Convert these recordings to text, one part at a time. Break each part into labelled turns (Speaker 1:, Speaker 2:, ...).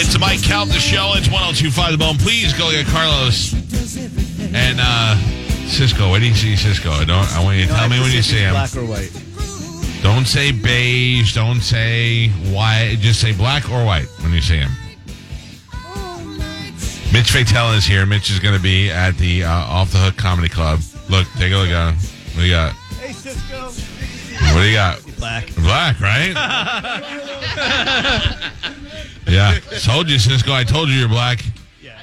Speaker 1: It's the Mike Calvin Show. It's 1025 The Bone. Please go get Carlos and uh, Cisco. Where do you see Cisco? I don't. I want you to tell me when you see him.
Speaker 2: Black or white.
Speaker 1: Don't say beige. Don't say white. Just say black or white when you see him. Mitch Fatel is here. Mitch is going to be at the uh, Off the Hook Comedy Club. Look, take a look at him. What do you got?
Speaker 2: Hey, Cisco.
Speaker 1: What do you got?
Speaker 2: Black.
Speaker 1: Black, right? yeah. Told you, Cisco. I told you you're black.
Speaker 2: Yeah.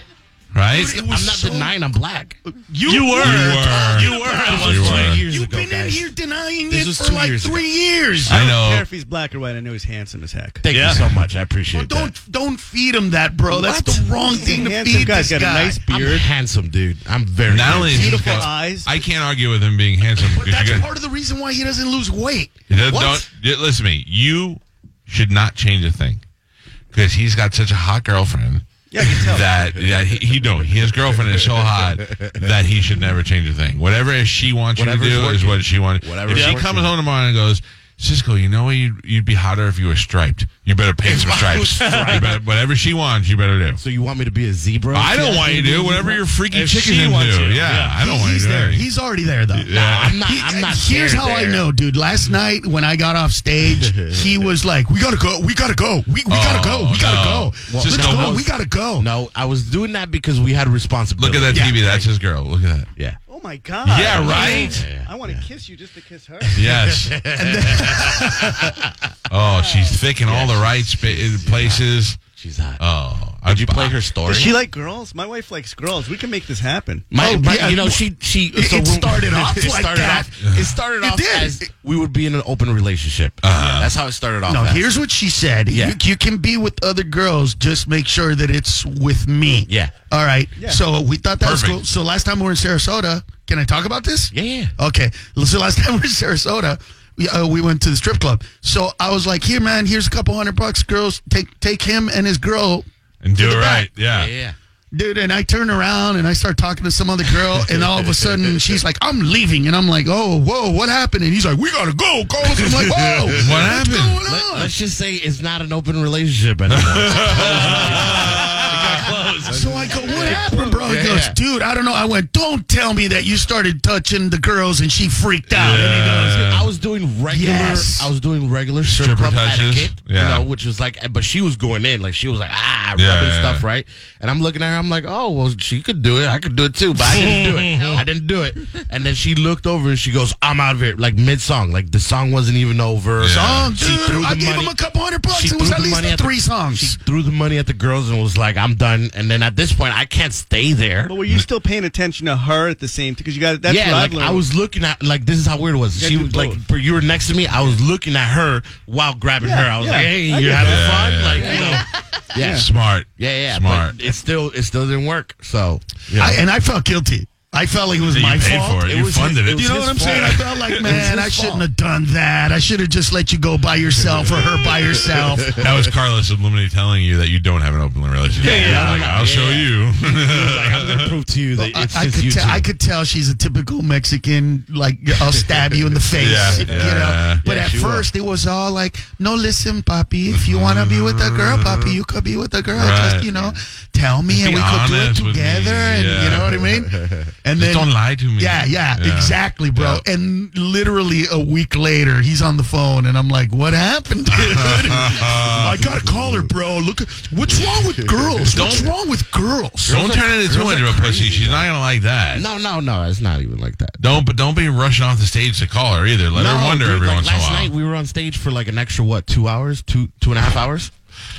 Speaker 1: Right?
Speaker 3: I'm not denying I'm black.
Speaker 4: You, were.
Speaker 1: You were.
Speaker 4: You were. It was
Speaker 1: You were.
Speaker 4: two years
Speaker 3: You've
Speaker 4: ago,
Speaker 3: been in
Speaker 4: guys.
Speaker 3: here denying
Speaker 4: This
Speaker 3: it
Speaker 4: was
Speaker 3: for
Speaker 4: two
Speaker 3: like
Speaker 4: years
Speaker 3: three years.
Speaker 1: I
Speaker 2: I don't care
Speaker 1: know.
Speaker 2: if he's black or white. I know he's handsome as heck.
Speaker 4: Thank
Speaker 1: Yeah.
Speaker 4: you so much. I appreciate
Speaker 3: Don't don't feed him that, bro. Oh, That's the wrong thing to
Speaker 2: Handsome
Speaker 3: feed
Speaker 2: guy's
Speaker 3: this
Speaker 2: got a
Speaker 3: guy.
Speaker 2: nice
Speaker 4: that. I'm
Speaker 2: beard.
Speaker 4: handsome, dude. I'm very
Speaker 1: Not
Speaker 4: handsome.
Speaker 1: only is
Speaker 2: Beautiful
Speaker 1: Cisco-
Speaker 2: eyes.
Speaker 1: I can't argue with him being handsome.
Speaker 3: But
Speaker 1: because you
Speaker 3: that's
Speaker 1: got-
Speaker 3: part of the reason why he doesn't lose weight.
Speaker 1: You don't-
Speaker 3: What?
Speaker 1: don't- you- listen to me. You should not change a thing because he's got such a hot girlfriend.
Speaker 2: Yeah, I can tell.
Speaker 1: That that he, he no, his girlfriend is so hot that he should never change a thing. Whatever she wants
Speaker 4: Whatever's
Speaker 1: you to do is
Speaker 4: working.
Speaker 1: what she wants.
Speaker 4: Whatever's
Speaker 1: If she
Speaker 4: working.
Speaker 1: comes home tomorrow and goes, Cisco, you know what? You'd, you'd be hotter if you were striped. You better paint some
Speaker 3: I was
Speaker 1: stripes. You better, whatever she wants, you better do.
Speaker 4: So you want me to be a zebra?
Speaker 1: I don't want you to do whatever your freaky
Speaker 4: If
Speaker 1: chicken
Speaker 4: she
Speaker 1: into.
Speaker 4: wants
Speaker 1: Yeah,
Speaker 4: you.
Speaker 1: yeah, I don't want you
Speaker 3: He's
Speaker 1: to do
Speaker 3: there.
Speaker 1: anything.
Speaker 3: He's already there, though.
Speaker 1: Yeah.
Speaker 4: I'm not. I'm not.
Speaker 3: Here's
Speaker 4: there,
Speaker 3: how I
Speaker 4: there.
Speaker 3: know, dude. Last night when I got off stage, he was like, "We gotta go. We gotta go. We, we gotta go. We gotta
Speaker 1: no.
Speaker 3: go.
Speaker 1: Well,
Speaker 3: Let's
Speaker 1: no,
Speaker 3: go.
Speaker 1: most-
Speaker 3: we gotta go."
Speaker 4: No, I was doing that because we had
Speaker 1: Look
Speaker 4: responsibility.
Speaker 1: at that
Speaker 3: Yeah,
Speaker 1: TV. That's his girl. Look at that.
Speaker 4: Yeah.
Speaker 2: Oh my god.
Speaker 1: Yeah, right.
Speaker 4: Yeah.
Speaker 2: I want to kiss you just to kiss her.
Speaker 1: Yes. oh, she's thick in all the right spa- places.
Speaker 4: She's hot.
Speaker 1: Oh,
Speaker 4: Did you play her story?
Speaker 2: Does she like girls? My wife likes girls. We can make this happen.
Speaker 4: My,
Speaker 3: Oh,
Speaker 4: my-
Speaker 3: yeah.
Speaker 4: you know, she she.
Speaker 3: It- it started off
Speaker 4: it
Speaker 3: like
Speaker 4: started
Speaker 3: that.
Speaker 4: Off, it started
Speaker 3: It
Speaker 4: off
Speaker 3: did.
Speaker 4: as
Speaker 3: It-
Speaker 4: we would be in an open relationship.
Speaker 1: Uh-huh.
Speaker 4: That's how it started off.
Speaker 3: No,
Speaker 4: as.
Speaker 3: here's what she said.
Speaker 4: Yeah.
Speaker 3: You, you can be with other girls, just make sure that it's with me.
Speaker 4: Yeah.
Speaker 3: All right.
Speaker 2: Yeah.
Speaker 3: So we thought that
Speaker 1: Perfect.
Speaker 3: was cool. So last time we were in Sarasota, can I talk about this?
Speaker 4: Yeah, yeah.
Speaker 3: Okay. So last time we were in Sarasota, we, uh, we went to the strip club. So I was like, here, man, here's a couple hundred bucks. Girls, take take him and his girl.
Speaker 1: and do it
Speaker 3: the
Speaker 1: right.
Speaker 3: back.
Speaker 1: Yeah.
Speaker 4: Yeah, yeah.
Speaker 3: Dude, and I turn around and I start talking to some other girl, and all of a sudden she's like, I'm leaving. And I'm like, oh, whoa, what happened? And he's like, we got to go, Carlos. I'm like, whoa.
Speaker 1: What
Speaker 3: what's
Speaker 1: happened?
Speaker 3: going
Speaker 4: Let,
Speaker 3: on?
Speaker 4: let's just say it's not an open relationship anymore.
Speaker 3: So I go, what happened, bro? He
Speaker 4: Yeah,
Speaker 3: goes,
Speaker 4: yeah.
Speaker 3: dude, I don't know. I went, don't tell me that you started touching the girls and she freaked out. And he goes,
Speaker 4: I was doing regular.
Speaker 3: Yes.
Speaker 4: I was doing regular strip
Speaker 1: Stripper
Speaker 4: club
Speaker 1: touches.
Speaker 4: etiquette.
Speaker 1: Yeah.
Speaker 4: You know, which was like, but she was going in, like she was like, ah,
Speaker 1: Yeah,
Speaker 4: rubbing
Speaker 1: yeah,
Speaker 4: stuff,
Speaker 1: yeah.
Speaker 4: right? And I'm looking at her. I'm like, oh, well, she could do it. I could do it too, but I didn't do it. I didn't do it. And then she looked over and she goes, I'm out of here. Like mid song, like the song wasn't even over.
Speaker 1: Yeah.
Speaker 3: oh,
Speaker 4: She threw
Speaker 3: dude,
Speaker 4: the
Speaker 3: I gave
Speaker 4: money-
Speaker 3: him a couple hundred bucks.
Speaker 4: she
Speaker 3: It was
Speaker 4: threw
Speaker 3: at
Speaker 4: the money
Speaker 3: least
Speaker 4: at the-
Speaker 3: three
Speaker 4: She
Speaker 3: songs.
Speaker 4: threw the money at the girls and was like, "I'm done." And then at this point, I can't stay there.
Speaker 2: But were you still paying attention to her at the same time? Because you got that's
Speaker 4: yeah,
Speaker 2: what
Speaker 4: like
Speaker 2: I've learned.
Speaker 4: I was looking at like this is how weird it was.
Speaker 2: You
Speaker 4: she
Speaker 2: gotta
Speaker 4: was
Speaker 2: do
Speaker 4: like,
Speaker 2: both.
Speaker 4: but you were next to me. I was looking at her while grabbing
Speaker 2: Yeah,
Speaker 4: her. I was
Speaker 2: yeah.
Speaker 4: like, "Hey,
Speaker 2: I
Speaker 4: you're
Speaker 2: get
Speaker 4: having
Speaker 1: that.
Speaker 4: fun?"
Speaker 1: Yeah,
Speaker 4: like,
Speaker 1: yeah,
Speaker 4: you know, yeah,
Speaker 1: Smart.
Speaker 4: yeah, yeah.
Speaker 1: Smart.
Speaker 4: But it still, it still didn't work. So,
Speaker 3: I, and I felt guilty. I felt like it was
Speaker 1: You
Speaker 3: my
Speaker 1: paid
Speaker 3: fault.
Speaker 1: for it.
Speaker 4: It
Speaker 1: you
Speaker 4: was-
Speaker 1: funded
Speaker 4: it
Speaker 1: it.
Speaker 4: was
Speaker 3: You know what I'm
Speaker 4: his
Speaker 3: saying? I
Speaker 4: fault.
Speaker 3: felt like, man, I
Speaker 4: his
Speaker 3: shouldn't
Speaker 4: fault.
Speaker 3: have done that. I should have just let you go by yourself or her by herself.
Speaker 1: that was Carlos Illuminati telling you that you don't have an open relationship. Yeah,
Speaker 4: yeah.
Speaker 1: Like, I'll
Speaker 4: Yeah,
Speaker 1: show
Speaker 4: yeah.
Speaker 1: you.
Speaker 4: like, I'm gonna prove to you that
Speaker 3: I,
Speaker 4: it's
Speaker 3: I
Speaker 4: just
Speaker 3: could
Speaker 4: you
Speaker 3: tell,
Speaker 4: two.
Speaker 3: I could tell she's a typical Mexican, like I'll stab you in the face,
Speaker 1: Yeah,
Speaker 3: you
Speaker 1: yeah, yeah.
Speaker 3: know. But
Speaker 4: Yeah,
Speaker 3: at
Speaker 4: she will.
Speaker 3: first, it was all like, "No, listen, papi. If you wanna be with a girl, papi, you could be with a girl.
Speaker 1: Right.
Speaker 3: Just you know, tell me,
Speaker 1: Just
Speaker 3: and
Speaker 1: be
Speaker 3: we could do it
Speaker 1: honest with me.
Speaker 3: together. And
Speaker 1: Yeah.
Speaker 3: you know what I mean? And
Speaker 1: Just
Speaker 3: then
Speaker 1: don't lie to me.
Speaker 3: Yeah, yeah,
Speaker 1: Yeah.
Speaker 3: exactly, bro.
Speaker 1: Yeah.
Speaker 3: And literally a week later, he's on the phone, and I'm like, "What happened, dude? I gotta call her, bro. Look, at- what's wrong with girls? What's wrong with girls?
Speaker 1: don't
Speaker 4: are-
Speaker 1: turn it into
Speaker 4: girls are
Speaker 1: into a pussy.
Speaker 4: crazy,
Speaker 1: She's not gonna like that.
Speaker 4: no, no, no. It's not even like that.
Speaker 1: Don't but don't be rushing off the stage to call her either. Let her
Speaker 4: No,
Speaker 1: wonder
Speaker 4: dude,
Speaker 1: every
Speaker 4: like,
Speaker 1: once in a
Speaker 4: last
Speaker 1: while.
Speaker 4: night we were on stage for like an extra what, two hours, two two and a half hours.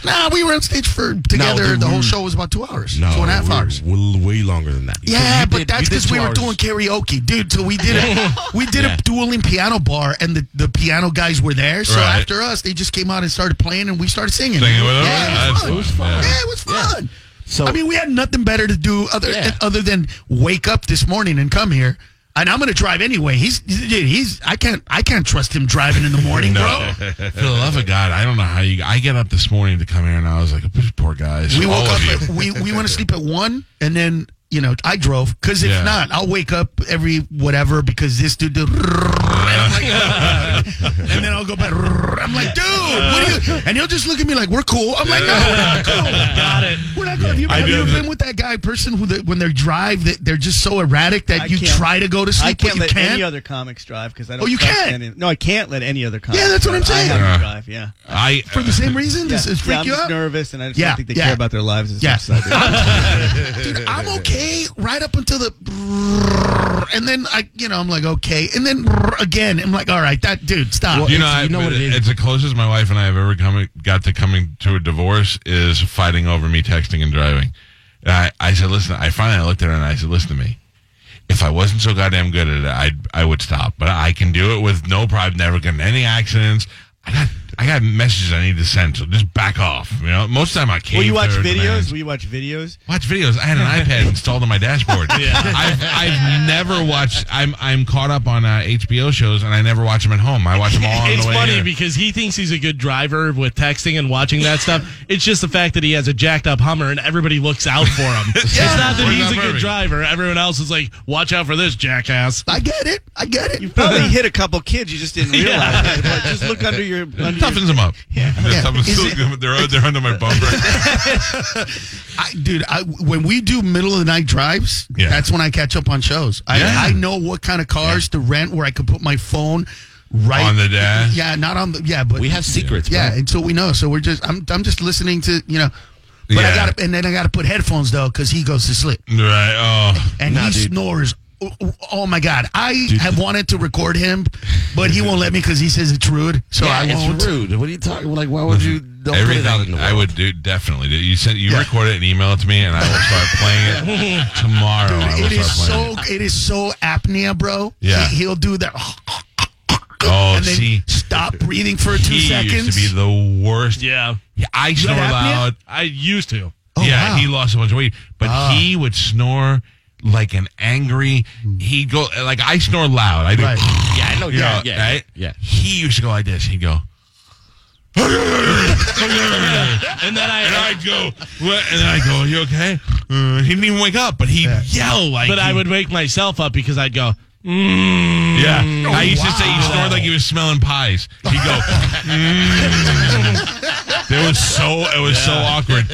Speaker 3: Nah, we were on stage for together.
Speaker 4: dude,
Speaker 3: the
Speaker 4: we
Speaker 3: whole
Speaker 4: were-
Speaker 3: show was about two hours, two and a half
Speaker 4: we were-
Speaker 3: hours.
Speaker 4: Way, way longer than that.
Speaker 3: Yeah,
Speaker 4: You
Speaker 3: but
Speaker 4: did-
Speaker 3: that's
Speaker 4: you did
Speaker 3: because we
Speaker 4: two
Speaker 3: were
Speaker 4: hours.
Speaker 3: doing karaoke, dude. So we did it. We did
Speaker 4: Yeah.
Speaker 3: a dueling piano bar, and the, the piano guys were there. So
Speaker 1: Right.
Speaker 3: after us, they just came out and started playing, and we started singing.
Speaker 1: Singing with them?
Speaker 3: yeah, it was
Speaker 1: That's
Speaker 3: fun.
Speaker 1: It was fun, yeah.
Speaker 3: Yeah, it was fun.
Speaker 4: So-
Speaker 3: I mean, we had nothing better to do other
Speaker 4: Yeah.
Speaker 3: other than wake up this morning and come here. And I'm gonna drive anyway. He's dude, he's I can't I can't trust him driving in the morning, bro.
Speaker 1: For the love of God, I don't know how you. I get up this morning to come here, and I was like, "Poor guys."
Speaker 3: We
Speaker 1: all
Speaker 3: woke
Speaker 1: of
Speaker 3: up.
Speaker 1: you.
Speaker 3: At, we we went to sleep at one, and then you know I drove because if
Speaker 1: Yeah.
Speaker 3: not, I'll wake up every whatever because this dude. did- I'm like, and then I'll go back. I'm like, dude, what do you? And he'll just look at me like, we're cool. I'm like, no, we're not cool.
Speaker 5: Got it.
Speaker 3: We're not cool. Have you,
Speaker 1: I
Speaker 3: have
Speaker 1: do
Speaker 3: you ever
Speaker 1: have-
Speaker 3: been with that guy person who, they, when they drive, that they're just so erratic that
Speaker 2: I
Speaker 3: you
Speaker 2: can't-
Speaker 3: try to go to sleep,
Speaker 2: I can't
Speaker 3: but
Speaker 2: let
Speaker 3: you can't?
Speaker 2: any other comics drive because I don't.
Speaker 3: Oh, you
Speaker 2: trust
Speaker 3: can't.
Speaker 2: Any, no, I can't let any other comics.
Speaker 3: that's what I'm
Speaker 2: drive.
Speaker 3: saying.
Speaker 2: I have
Speaker 1: Yeah.
Speaker 2: to drive. Yeah.
Speaker 1: I
Speaker 3: For the same reason, this is
Speaker 2: yeah,
Speaker 3: freak
Speaker 2: I'm
Speaker 3: you
Speaker 2: just
Speaker 3: out.
Speaker 2: nervous, and I just
Speaker 3: Yeah,
Speaker 2: don't think they
Speaker 3: yeah.
Speaker 2: care about their lives as
Speaker 3: Yeah.
Speaker 2: much as I do.
Speaker 3: Dude, I'm okay right up until the and then I you know I'm like okay and then again I'm like all right that dude stop
Speaker 1: Do you know,
Speaker 4: It's-
Speaker 1: I,
Speaker 4: you know what it is.
Speaker 1: It's the closest my wife and I have ever come got to coming to a divorce is fighting over me texting and driving. And I, I said, listen. I finally looked at her and I said, listen to me. If I wasn't so goddamn good at it, I'd I would stop. But I can do it with no problem. Never gotten any accidents. I got I got messages I need to send, so just back off. You know, most of the time I can't.
Speaker 2: Will you watch videos? Will you watch videos?
Speaker 1: Watch videos. I had an iPad installed on my dashboard. I've, I've never watched. I'm I'm caught up on uh, HBO shows, and I never watch them at home. I watch them all on
Speaker 5: It's
Speaker 1: the way
Speaker 5: funny
Speaker 1: here.
Speaker 5: because he thinks he's a good driver with texting and watching that stuff. It's just the fact that he has a jacked up Hummer and everybody looks out for him. It's not that
Speaker 1: We're
Speaker 5: he's
Speaker 1: not
Speaker 5: a good
Speaker 1: perfect.
Speaker 5: driver. Everyone else is like, watch out for this jackass.
Speaker 3: I get it I get it
Speaker 2: Probably hit a couple kids you just didn't realize.
Speaker 5: Yeah.
Speaker 2: that. But just look under your. Under your
Speaker 1: toughens them up. Yeah, toughens
Speaker 3: Is
Speaker 1: they're, they're under my bumper.
Speaker 3: I, dude I, when we do middle of the night drives
Speaker 1: Yeah.
Speaker 3: that's when I catch up on shows I,
Speaker 1: Yeah.
Speaker 3: I know what kind of cars to rent where I can put my phone right
Speaker 1: On the dash.
Speaker 3: yeah not on the yeah but
Speaker 4: We have secrets.
Speaker 3: yeah
Speaker 4: bro.
Speaker 3: until we know so we're just I'm I'm just listening to you know but
Speaker 1: Yeah.
Speaker 3: I got to and then I got to put headphones though because he goes to sleep.
Speaker 1: right. Oh,
Speaker 3: and
Speaker 4: Nah,
Speaker 3: he
Speaker 4: dude.
Speaker 3: snores. Oh, oh, Oh my god! I have wanted to record him, but he won't let me because he says it's rude. So
Speaker 4: Yeah,
Speaker 3: I won't.
Speaker 4: It's rude. What are you talking? Like, why would you? Don't put it out in
Speaker 1: everything
Speaker 4: the
Speaker 1: I
Speaker 4: world.
Speaker 1: would do definitely. do- You send you
Speaker 3: Yeah.
Speaker 1: record it and email it to me, and I will start playing it tomorrow. I will
Speaker 3: It is
Speaker 1: start playing
Speaker 3: so. It is so apnea, bro.
Speaker 1: Yeah.
Speaker 3: he, he'll do that.
Speaker 1: it. Oh,
Speaker 3: and then
Speaker 1: see,
Speaker 3: stop breathing for two
Speaker 1: he
Speaker 3: seconds.
Speaker 1: used to be the worst.
Speaker 5: Yeah.
Speaker 1: Yeah, I snore
Speaker 3: apnea?
Speaker 1: loud.
Speaker 5: I used to.
Speaker 3: Oh,
Speaker 1: yeah,
Speaker 3: wow. Ah.
Speaker 1: he lost a bunch of weight, but he would snore like an angry. He would go like I snore loud. I do.
Speaker 3: Right.
Speaker 4: Yeah, I know.
Speaker 1: You
Speaker 4: Yeah,
Speaker 1: know,
Speaker 4: yeah,
Speaker 1: right?
Speaker 4: yeah.
Speaker 1: He used to go like this. He'd go.
Speaker 5: And then
Speaker 1: And
Speaker 5: I.
Speaker 1: I'd go, what? and I'd go, you okay? Uh, he didn't even wake up, but he yelled like.
Speaker 5: But I
Speaker 1: he-
Speaker 5: would wake myself up because I'd go,
Speaker 1: Yeah.
Speaker 2: Mm.
Speaker 1: I used to say he snored like he was smelling pies. He'd go, mm. It was so it was so awkward.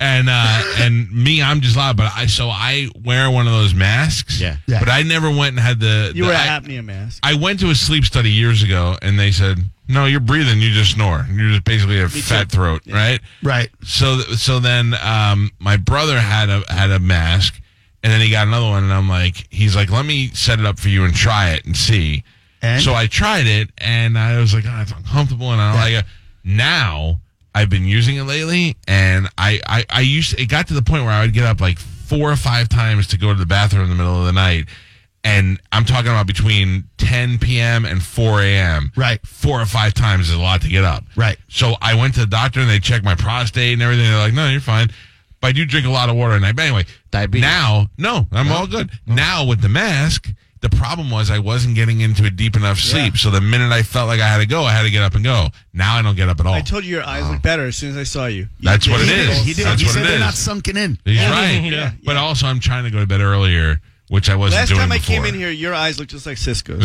Speaker 1: And uh and me, I'm just loud, but I so I wear one of those masks.
Speaker 4: Yeah.
Speaker 3: Yeah.
Speaker 1: But I never went and had the
Speaker 2: you
Speaker 1: the-
Speaker 2: wear a
Speaker 1: I-
Speaker 2: apnea mask.
Speaker 1: I went to a sleep study years ago and they said, No, you're breathing, you just snore. You're just basically a fat throat, right?
Speaker 3: right.
Speaker 1: So th- so then um, my brother had a had a mask, and then he got another one, and I'm like, he's like, let me set it up for you and try it and see.
Speaker 3: And?
Speaker 1: So I tried it, and I was like, oh, it's uncomfortable, and I don't like it. Now I've been using it lately, and I I, I used it got to the point where I would get up like four or five times to go to the bathroom in the middle of the night. And I'm talking about between 10 p.m. and 4 a.m.
Speaker 3: Right.
Speaker 1: Four or five times is a lot to get up.
Speaker 3: Right.
Speaker 1: So I went to the doctor and they checked my prostate and everything. They're like, no, you're fine. But I do drink a lot of water at night. But anyway,
Speaker 4: Diabetes.
Speaker 1: Now, no, I'm all good. Now with the mask, the problem was I wasn't getting into a deep enough sleep. So the minute I felt like I had to go, I had to get up and go. Now I don't get up at all.
Speaker 2: I told you your eyes look better as soon as I saw you. You
Speaker 1: That's
Speaker 2: did.
Speaker 1: what it
Speaker 2: You did.
Speaker 1: is.
Speaker 3: He did.
Speaker 1: That's
Speaker 3: he
Speaker 1: what
Speaker 3: said
Speaker 1: it
Speaker 3: they're
Speaker 1: is.
Speaker 3: not sunken in.
Speaker 1: He's right.
Speaker 5: Yeah.
Speaker 1: But also, I'm trying to go to bed earlier, which I wasn't
Speaker 2: Last
Speaker 1: doing
Speaker 2: time I
Speaker 1: before.
Speaker 2: came in here, your eyes looked just like Cisco's.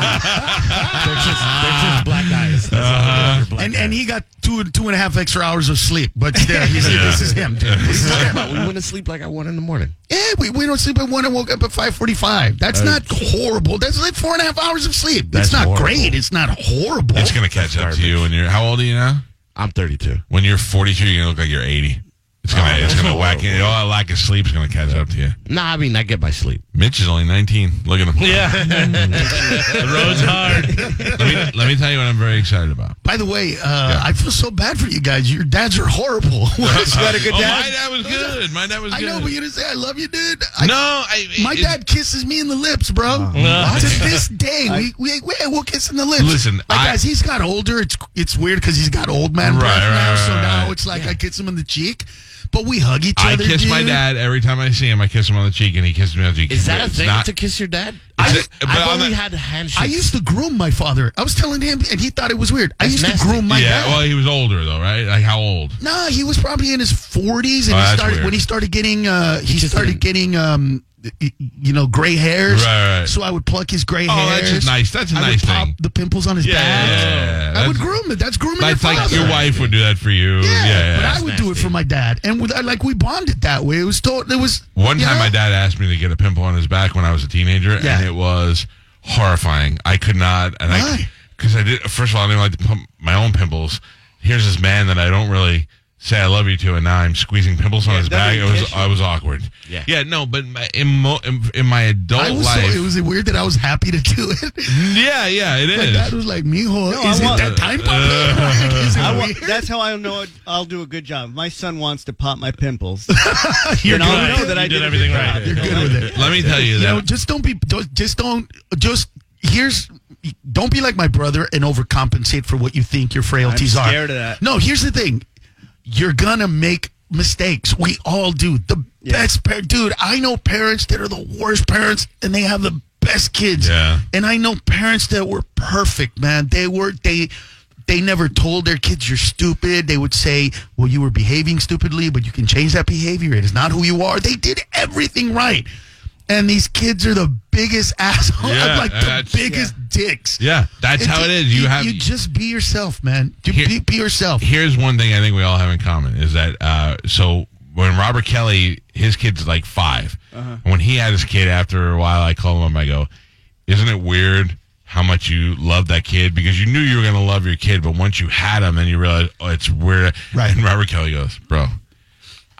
Speaker 4: They're just, they're just black eyes. That's
Speaker 5: Uh-huh.
Speaker 4: all it is. They're black
Speaker 3: And
Speaker 4: eyes.
Speaker 3: and he got two two and a half extra hours of sleep. But still, he's, this is him, dude. This is him.
Speaker 4: we went to sleep like at one in the morning.
Speaker 3: Yeah, we, we don't sleep at one and woke up at five forty five. That's not horrible. That's like four and a half hours of sleep.
Speaker 4: That's
Speaker 3: it's not
Speaker 4: horrible.
Speaker 3: great. It's not horrible.
Speaker 1: It's going to catch up to you when you're, how old are you now?
Speaker 4: I'm 32.
Speaker 1: When you're 42, you're going to look like you're 80. It's gonna,
Speaker 3: Oh,
Speaker 1: it's gonna whack you. All that lack of sleep is gonna catch up to you.
Speaker 4: Nah, I mean I get my sleep.
Speaker 1: Mitch is only 19. Look at him.
Speaker 5: yeah. the road's hard.
Speaker 1: let me let me tell you what I'm very excited about.
Speaker 3: By the way, uh, I feel so bad for you guys. Your dads are horrible. you had a good
Speaker 1: oh,
Speaker 3: dad.
Speaker 1: my dad was good. My dad was
Speaker 3: I
Speaker 1: good.
Speaker 3: know, but you didn't say I love you, dude. I,
Speaker 1: no, I,
Speaker 3: my
Speaker 1: it- Uh-huh.
Speaker 3: dad kisses me in the lips, bro. to this day, we we we we'll kiss in the lips.
Speaker 1: Listen,
Speaker 3: like
Speaker 1: I-
Speaker 3: as he's got older, it's it's weird because he's got old man
Speaker 1: Right,
Speaker 3: breath
Speaker 1: right,
Speaker 3: now.
Speaker 1: right,
Speaker 3: so
Speaker 1: right,
Speaker 3: now
Speaker 1: right.
Speaker 3: it's like I kiss him in the cheek, but we hug each
Speaker 1: I
Speaker 3: other.
Speaker 1: kiss my
Speaker 3: dude.
Speaker 1: dad every time I see him. I kiss him on the cheek, and he kisses me on the cheek.
Speaker 4: Is that a
Speaker 1: It's
Speaker 4: thing
Speaker 1: not-
Speaker 4: to kiss your dad?
Speaker 1: Is
Speaker 4: I,
Speaker 1: it- but
Speaker 4: I've
Speaker 1: on
Speaker 4: only
Speaker 1: the-
Speaker 4: had handshakes.
Speaker 3: I used to groom my father. I was telling him, and he thought it was weird. I
Speaker 4: That's
Speaker 3: used
Speaker 4: nasty.
Speaker 3: to groom my
Speaker 1: yeah,
Speaker 3: dad.
Speaker 1: well, he was older though, right? Like how old?
Speaker 3: Nah, he was probably in his forties, and
Speaker 1: Oh,
Speaker 3: he
Speaker 1: that's
Speaker 3: started
Speaker 1: weird.
Speaker 3: when he started getting uh, he
Speaker 4: Just
Speaker 3: started
Speaker 4: didn't-
Speaker 3: getting um, y- you know, gray hairs.
Speaker 1: Right, right.
Speaker 3: So I would pluck his gray
Speaker 1: Oh,
Speaker 3: hairs.
Speaker 1: that's just nice. That's a
Speaker 3: I would
Speaker 1: nice
Speaker 3: pop
Speaker 1: thing.
Speaker 3: the pimples on his
Speaker 1: Yeah,
Speaker 3: back.
Speaker 1: yeah,
Speaker 3: I would
Speaker 1: that's-
Speaker 3: groom it. That's grooming
Speaker 1: That's
Speaker 3: your
Speaker 1: like
Speaker 3: father.
Speaker 1: your wife would do that for you.
Speaker 3: Yeah,
Speaker 1: Yeah.
Speaker 3: but
Speaker 1: yeah.
Speaker 3: I would do it for my dad, and with, I- like we bonded that way. It was total. It was
Speaker 1: One
Speaker 3: you
Speaker 1: time,
Speaker 3: know?
Speaker 1: my dad asked me to get a pimple on his back when I was a teenager,
Speaker 3: Yeah.
Speaker 1: and it was horrifying. I could not, and
Speaker 3: Why?
Speaker 1: I because I did. First of all, I didn't like to pump my own pimples. Here's this man that I don't really say I love you to, and now I'm squeezing pimples on
Speaker 2: Yeah,
Speaker 1: his
Speaker 2: that
Speaker 1: back. It
Speaker 2: didn't
Speaker 1: was
Speaker 2: catch you.
Speaker 1: I was awkward.
Speaker 4: Yeah.
Speaker 1: yeah, no, but my, in, mo, in, in my adult
Speaker 3: I was
Speaker 1: life,
Speaker 3: so, it was weird that I was happy to do it.
Speaker 1: yeah, yeah, it
Speaker 3: My
Speaker 1: is.
Speaker 3: dad was like, "Mijo,
Speaker 2: No, I
Speaker 3: is it
Speaker 2: want-
Speaker 3: that time, Papa? Like, is it
Speaker 2: I wa-
Speaker 3: weird?"
Speaker 2: that's how I know I'll do a good job. If my son wants to pop my pimples.
Speaker 3: You're
Speaker 2: then I'll
Speaker 5: good.
Speaker 2: know that I
Speaker 5: You did
Speaker 2: a
Speaker 5: everything
Speaker 2: good
Speaker 5: right.
Speaker 2: job.
Speaker 3: You're good with it.
Speaker 1: Let me tell you
Speaker 3: You
Speaker 1: that.
Speaker 3: know, just don't be. Don't, just don't. Just here's. Don't be like my brother and overcompensate for what you think your frailties are.
Speaker 2: scared of that.
Speaker 3: No, here's the thing. You're gonna make mistakes. We all do. The
Speaker 2: Yeah.
Speaker 3: best parent, dude. I know parents that are the worst parents, and they have the best kids.
Speaker 1: Yeah.
Speaker 3: And I know parents that were perfect, man. They were they they never told their kids you're stupid. They would say, "Well, you were behaving stupidly, but you can change that behavior. It is not who you are." They did everything right. And these kids are the biggest assholes,
Speaker 1: Yeah,
Speaker 3: like the
Speaker 1: that's-
Speaker 3: biggest dicks.
Speaker 1: yeah, that's
Speaker 3: It's-
Speaker 1: how it is. You have
Speaker 3: you just be yourself, man. You
Speaker 1: Here-
Speaker 3: be, be yourself.
Speaker 1: here's one thing I think we all have in common is that uh, so when Robert Kelly, his kid's like 5
Speaker 3: Uh-huh.
Speaker 1: When he had his kid, after a while, I call him up. I go, "Isn't it weird how much you love that kid? Because you knew you were going to love your kid, but once you had him, then you realize oh, it's weird."
Speaker 3: Right.
Speaker 1: And Robert Kelly goes, "Bro."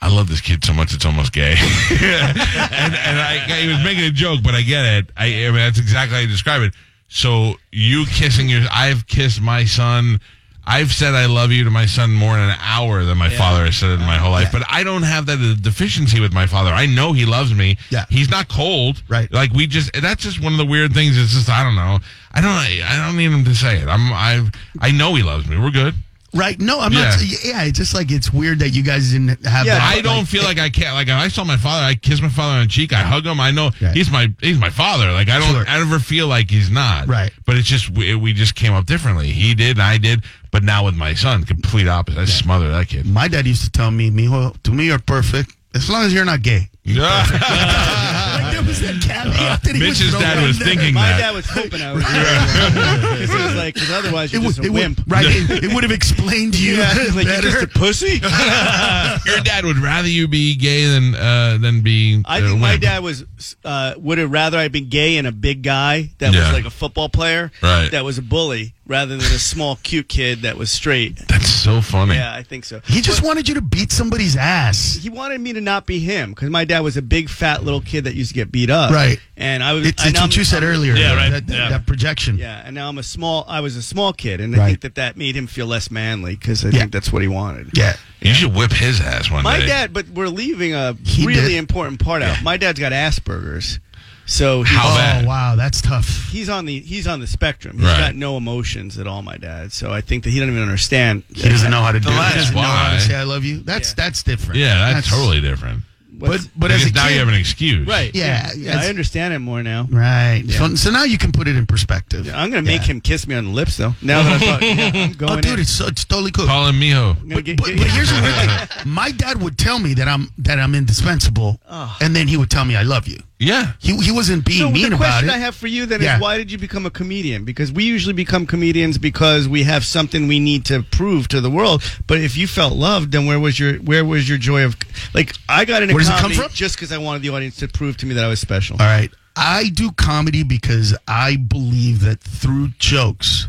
Speaker 1: I love this kid so much it's almost gay, and, and I, I was making a joke, but I get it. I, I mean, that's exactly how you describe it. So you kissing your, I've kissed my son. I've said I love you to my son more in an hour than my father has said it in my whole life. But I don't have that as a deficiency with my father. I know he loves me.
Speaker 3: Yeah.
Speaker 1: he's not cold.
Speaker 3: Right.
Speaker 1: Like we just, that's just one of the weird things. It's just I don't know. I don't. I don't need him to say it. I'm. I've. I know he loves me. We're good.
Speaker 3: Right? No, I'm not.
Speaker 1: Yeah.
Speaker 3: Yeah, it's just like it's weird that you guys didn't have.
Speaker 2: Yeah,
Speaker 3: that,
Speaker 1: I don't
Speaker 3: like,
Speaker 1: feel like I can't. Like I saw my father, I kiss my father on the cheek, I hug him. I know
Speaker 3: Right.
Speaker 1: he's my he's my father. Like I don't
Speaker 3: Sure.
Speaker 1: ever feel like he's not.
Speaker 3: Right.
Speaker 1: But it's just we, we just came up differently. He did, and I did. But now with my son, complete opposite. I smother that kid.
Speaker 3: My dad used to tell me, "Mijo, to me you're perfect as long as you're not gay." like there was that caveat that he was
Speaker 1: Mitch's
Speaker 3: throwing
Speaker 1: Uh, dad
Speaker 3: in
Speaker 1: was
Speaker 3: there.
Speaker 1: thinking
Speaker 2: My
Speaker 1: that.
Speaker 2: dad was hoping I was. Because he was like, 'cause otherwise
Speaker 3: It
Speaker 2: you're
Speaker 3: would,
Speaker 2: just a
Speaker 3: it would-
Speaker 2: wimp.
Speaker 3: right? It, it would have explained to you
Speaker 2: Yeah, like you're
Speaker 3: better.
Speaker 2: just a pussy.
Speaker 1: Your dad would rather you be gay than uh, than be.
Speaker 2: I
Speaker 1: uh,
Speaker 2: think my
Speaker 1: wimp.
Speaker 2: dad was uh, would have rather I'd been gay and a big guy that
Speaker 1: Yeah.
Speaker 2: was like a football player,
Speaker 1: Right.
Speaker 2: That was a bully, rather than a small cute kid that was straight.
Speaker 1: That's so funny.
Speaker 2: Yeah, I think so.
Speaker 3: he just wanted you to beat somebody's ass.
Speaker 2: He wanted me to not be him because my dad was a big fat little kid that used to get beat up,
Speaker 3: Right.
Speaker 2: And I was.
Speaker 3: It's,
Speaker 2: and
Speaker 3: it's
Speaker 2: I'm-
Speaker 3: what you said earlier.
Speaker 5: Yeah, right,
Speaker 3: That, that-
Speaker 5: yeah.
Speaker 3: that projection.
Speaker 2: Yeah, and now I'm a small. I was a small kid, and
Speaker 3: Right.
Speaker 2: I think that that made him feel less manly because I
Speaker 3: Yeah.
Speaker 2: think that's what he wanted.
Speaker 3: Yeah.
Speaker 1: You should whip his ass one
Speaker 2: My
Speaker 1: day.
Speaker 2: dad, but we're leaving a
Speaker 3: He
Speaker 2: really
Speaker 3: did.
Speaker 2: important part out. My dad's got Asperger's, so he-
Speaker 1: How
Speaker 3: oh
Speaker 1: bad?
Speaker 3: wow, that's tough.
Speaker 2: he's on the he's on the spectrum. He's
Speaker 1: Right.
Speaker 2: got no emotions at all. My dad, so I think that he doesn't even understand.
Speaker 3: He doesn't know how to do. it. He
Speaker 1: last
Speaker 3: doesn't know how
Speaker 1: why.
Speaker 3: to say "I love you." That's
Speaker 2: Yeah.
Speaker 3: that's different.
Speaker 1: Yeah, that's, totally different.
Speaker 3: But
Speaker 2: what's-
Speaker 3: but as a
Speaker 1: Because now
Speaker 3: kid,
Speaker 1: you have an excuse.
Speaker 2: right.
Speaker 3: Yeah,
Speaker 2: yeah,
Speaker 3: that's-
Speaker 2: I understand it more now.
Speaker 3: right. So, so now you can put it in perspective.
Speaker 2: I'm gonna make
Speaker 3: Yeah.
Speaker 2: him kiss me on the lips though. Now that I thought, yeah, I'm going
Speaker 3: Oh, dude,
Speaker 2: in.
Speaker 3: it's, so- it's totally cool.
Speaker 1: Call him Miho.
Speaker 2: I'm gonna
Speaker 3: But,
Speaker 2: get-
Speaker 3: but,
Speaker 2: get-
Speaker 3: but here's the weird thing. My dad would tell me that I'm that I'm indispensable, and then he would tell me I love you.
Speaker 1: Yeah.
Speaker 3: He he wasn't being
Speaker 2: Oh. So
Speaker 3: mean
Speaker 2: the
Speaker 3: about
Speaker 2: question
Speaker 3: it.
Speaker 2: I have for you then
Speaker 3: Yeah.
Speaker 2: is why did you become a comedian? Because we usually become comedians because we have something we need to prove to the world. But if you felt loved, then where was your where was your joy of like I got into
Speaker 3: Where does it come
Speaker 2: comedy
Speaker 3: from?
Speaker 2: just because I wanted the audience to prove to me that I was special.
Speaker 3: All right, I do comedy because I believe that through jokes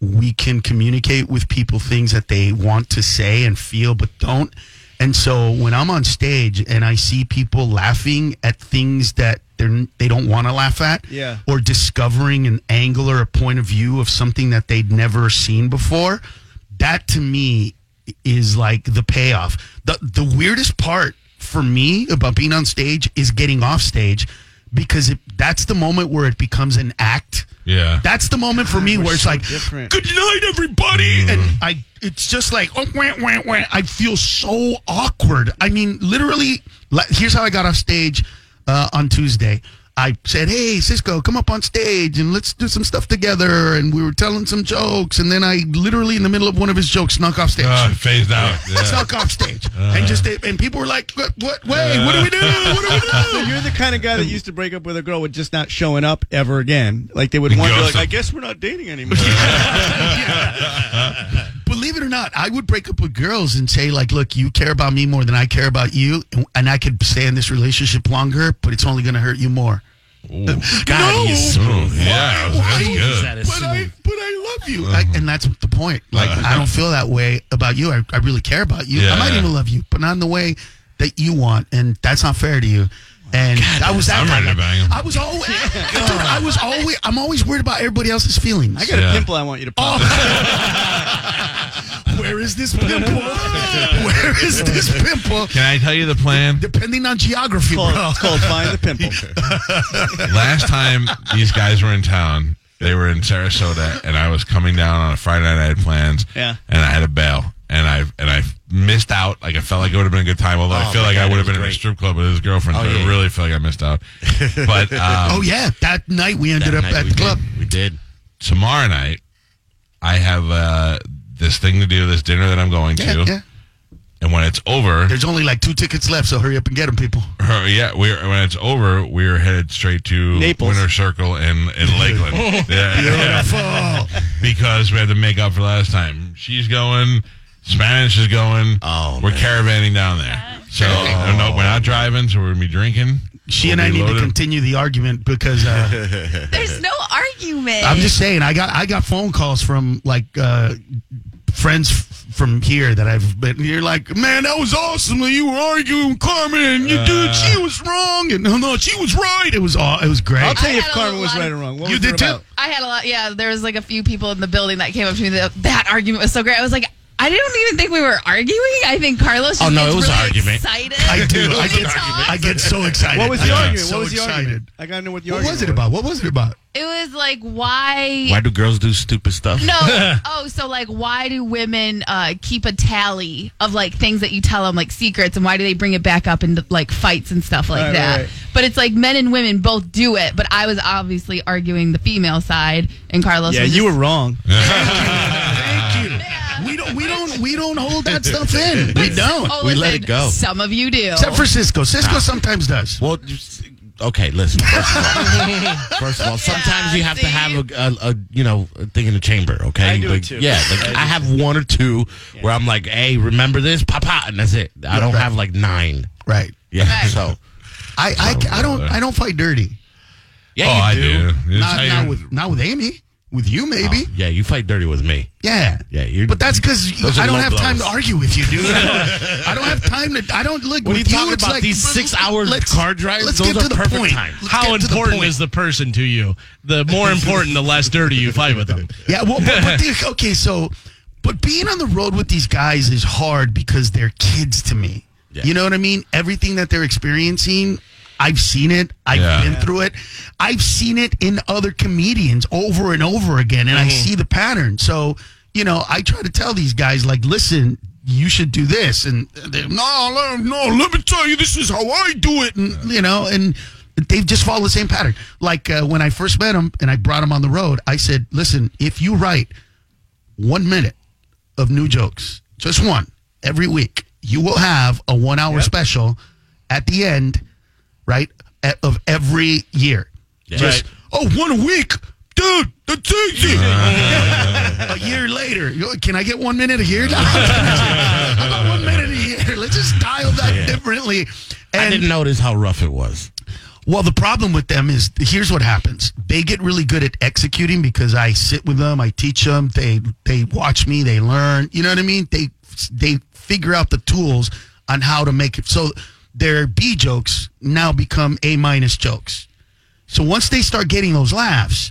Speaker 3: we can communicate with people things that they want to say and feel but don't. And so when I'm on stage and I see people laughing at things that they're they don't want to laugh at,
Speaker 2: Yeah.
Speaker 3: or discovering an angle or a point of view of something that they'd never seen before, that to me is like the payoff. The the weirdest part for me about being on stage is getting off stage because it, that's the moment where it becomes an act.
Speaker 1: Yeah.
Speaker 3: That's the moment for me where it's
Speaker 2: so
Speaker 3: like
Speaker 2: different.
Speaker 3: good night everybody
Speaker 1: Mm.
Speaker 3: and I it's just like oh wah, wah, wah. I feel so awkward. I mean literally like, here's how I got off stage uh, on Tuesday. I said, "Hey, Cisco, come up on stage and let's do some stuff together." And we were telling some jokes, and then I literally, in the middle of one of his jokes, snuck off stage.
Speaker 1: Uh, phased out. Yeah.
Speaker 3: Snuck off stage, and just and people were like, "What? What? Wait, what do we do? What do we do?"
Speaker 2: So you're the kind of guy that used to break up with a girl with just not showing up ever again. Like they would wonder,
Speaker 1: Ghost.
Speaker 2: like, I guess we're not dating anymore.
Speaker 3: Believe it or not, I would break up with girls and say, like, look, you care about me more than I care about you, and- and I could stay in this relationship longer, but it's only going to hurt you more.
Speaker 4: God, he's smooth.
Speaker 1: Ooh, yeah, that's
Speaker 4: Why is
Speaker 1: good.
Speaker 4: that a
Speaker 3: But I,
Speaker 4: smooth-
Speaker 3: but I love you. Like, and that's the point. Like, I don't feel that way about you. I, I really care about you. I might
Speaker 1: Yeah.
Speaker 3: even love you, but not in the way that you want, and that's not fair to you. And I was that
Speaker 1: I'm
Speaker 3: guy.
Speaker 1: ready to bang him.
Speaker 3: I was always, Dude, I was always, I'm always worried about everybody else's feelings.
Speaker 2: I got
Speaker 1: Yeah.
Speaker 2: a pimple I want you to pop.
Speaker 3: Oh. Where is this pimple? Where is this pimple?
Speaker 1: Can I tell you the plan?
Speaker 3: Depending on geography,
Speaker 2: It's
Speaker 3: bro.
Speaker 2: called, it's called Find the Pimple.
Speaker 1: Last time these guys were in town, they were in Sarasota, and I was coming down on a Friday night. I had plans,
Speaker 2: Yeah.
Speaker 1: and I had a bail, and I and I missed out. Like I felt like it would have been a good time, although I feel like I would have been in a strip club with his girlfriend. so I really feel like I missed out. But um,
Speaker 3: Oh yeah, that night we ended
Speaker 4: That
Speaker 3: up
Speaker 4: night
Speaker 3: at
Speaker 4: we
Speaker 3: the club.
Speaker 4: Did. We did.
Speaker 1: tomorrow night, I have uh, this thing to do, this dinner that I'm going
Speaker 3: Yeah,
Speaker 1: to,
Speaker 3: yeah.
Speaker 1: and when it's over,
Speaker 3: There's only like two tickets left, so hurry up and get them, people.
Speaker 1: Her- Uh, yeah, we're when it's over, we're headed straight to
Speaker 2: Naples.
Speaker 1: Winter Circle in in Lakeland. Yeah, yeah.
Speaker 3: Beautiful.
Speaker 1: because we had to make up for last time. She's going. Spanish is going.
Speaker 4: Oh,
Speaker 1: we're
Speaker 4: man.
Speaker 1: caravanning down there. So uh, no, no, we're not driving. So we're gonna be drinking.
Speaker 3: She
Speaker 1: We'll
Speaker 3: and I
Speaker 1: be
Speaker 3: need to
Speaker 1: loaded.
Speaker 3: continue the argument because uh,
Speaker 6: There's no argument.
Speaker 3: I'm just saying I got I got phone calls from like uh, friends f- from here that I've been. You're like, man, that was awesome. that You were arguing with Carmen. And you, dude, she was wrong, and no, no, she was right. It was all. It was great.
Speaker 2: I'll tell you
Speaker 6: I
Speaker 2: if
Speaker 6: had a
Speaker 2: Carmen was
Speaker 6: lot of-
Speaker 2: right or wrong. What
Speaker 3: You
Speaker 2: was it
Speaker 3: did too?
Speaker 2: about?
Speaker 6: I had a lot. Yeah, there was like a few people in the building that came up to me. That, that argument was so great. I was like, I don't even think we were arguing. I think Carlos. Just
Speaker 4: Oh, no,
Speaker 6: gets
Speaker 4: it was
Speaker 6: really
Speaker 4: an argument.
Speaker 6: Excited.
Speaker 3: I do.
Speaker 6: when
Speaker 3: I
Speaker 6: he
Speaker 3: get,
Speaker 6: talks.
Speaker 3: I get so excited.
Speaker 2: What was
Speaker 3: I
Speaker 2: the
Speaker 3: get
Speaker 2: argument?
Speaker 3: so
Speaker 2: what was the
Speaker 3: excited.
Speaker 2: argument? I got to know what the
Speaker 3: What
Speaker 2: argument
Speaker 3: was it about? What was it about?
Speaker 6: It was like why.
Speaker 4: Why do girls do stupid stuff?
Speaker 6: No. oh, so like, why do women uh, keep a tally of like things that you tell them, like secrets, and why do they bring it back up in like fights and stuff like
Speaker 2: Right, right,
Speaker 6: that?
Speaker 2: right.
Speaker 6: But it's like men and women both do it. But I was obviously arguing the female side, and Carlos.
Speaker 2: Yeah,
Speaker 6: was
Speaker 2: you
Speaker 6: just-
Speaker 2: were wrong.
Speaker 3: Thank you. We don't. We don't. We don't hold that stuff in. We don't.
Speaker 6: Oh,
Speaker 4: We let
Speaker 6: listen,
Speaker 4: it go.
Speaker 6: Some of you do.
Speaker 3: Except for Cisco. Cisco sometimes does.
Speaker 4: Well, you s- okay, listen. First of all, first of all sometimes
Speaker 6: Yeah,
Speaker 4: you have to
Speaker 6: see?
Speaker 4: have a, a, a you know a thing in the chamber. Okay,
Speaker 2: I do it
Speaker 4: Like,
Speaker 2: too.
Speaker 4: Yeah, like, I, have one or two where I'm like, hey, remember this, papa, and that's it. I don't
Speaker 3: right.
Speaker 4: have like nine.
Speaker 3: Right.
Speaker 4: Yeah,
Speaker 6: Right.
Speaker 4: so
Speaker 3: I, I, I don't. I don't fight dirty.
Speaker 4: yeah,
Speaker 1: oh, I
Speaker 4: you do.
Speaker 1: do. It's how
Speaker 3: Not,
Speaker 1: you-
Speaker 3: not with. Not with Amy. With you, maybe.
Speaker 4: Yeah, you fight dirty with me.
Speaker 3: Yeah.
Speaker 4: Oh. Yeah, you're-
Speaker 3: But that's because
Speaker 4: Those are
Speaker 3: I don't
Speaker 4: low
Speaker 3: have time to
Speaker 4: blows.
Speaker 3: argue with you, dude. I don't, I don't have time to. I don't look.
Speaker 4: What are you
Speaker 3: with
Speaker 4: talking
Speaker 3: it's
Speaker 4: about?
Speaker 3: like,
Speaker 4: These six-hour
Speaker 3: let's-
Speaker 4: car drives?
Speaker 3: Let's
Speaker 4: Those
Speaker 3: get
Speaker 4: are
Speaker 3: to the
Speaker 4: perfect
Speaker 3: point.
Speaker 4: time.
Speaker 3: Let's
Speaker 5: How
Speaker 3: get to the
Speaker 5: important
Speaker 3: point.
Speaker 5: is the person to you? The more important, the less dirty you fight with them.
Speaker 3: Yeah, well, but, but the, okay, so, but being on the road with these guys is hard because they're kids to me.
Speaker 4: Yeah.
Speaker 3: You know what I mean? Everything that they're experiencing, I've seen it. I've
Speaker 1: Yeah.
Speaker 3: been through it. I've seen it in other comedians over and over again, and I see the pattern. So, you know, I try to tell these guys, like, listen, you should do this, and they're, no, no, no, let me tell you, this is how I do it, and you know, and they've just followed the same pattern. Like uh, when I first met him and I brought him on the road, I said, listen, if you write one minute of new jokes, just one every week. You will have a one hour special at the end, right, at, of every year. Just, oh, one a week? Dude, that's easy. a year later, you're like, can I get one minute a year? How about one minute a year? Let's just dial that differently.
Speaker 4: I
Speaker 3: And
Speaker 4: didn't notice how rough it was.
Speaker 3: well, the problem with them is here's what happens. They get really good at executing because I sit with them, I teach them, they they watch me, they learn. You know what I mean? They they figure out the tools on how to make it. So their B jokes now become A minus jokes. So once they start getting those laughs,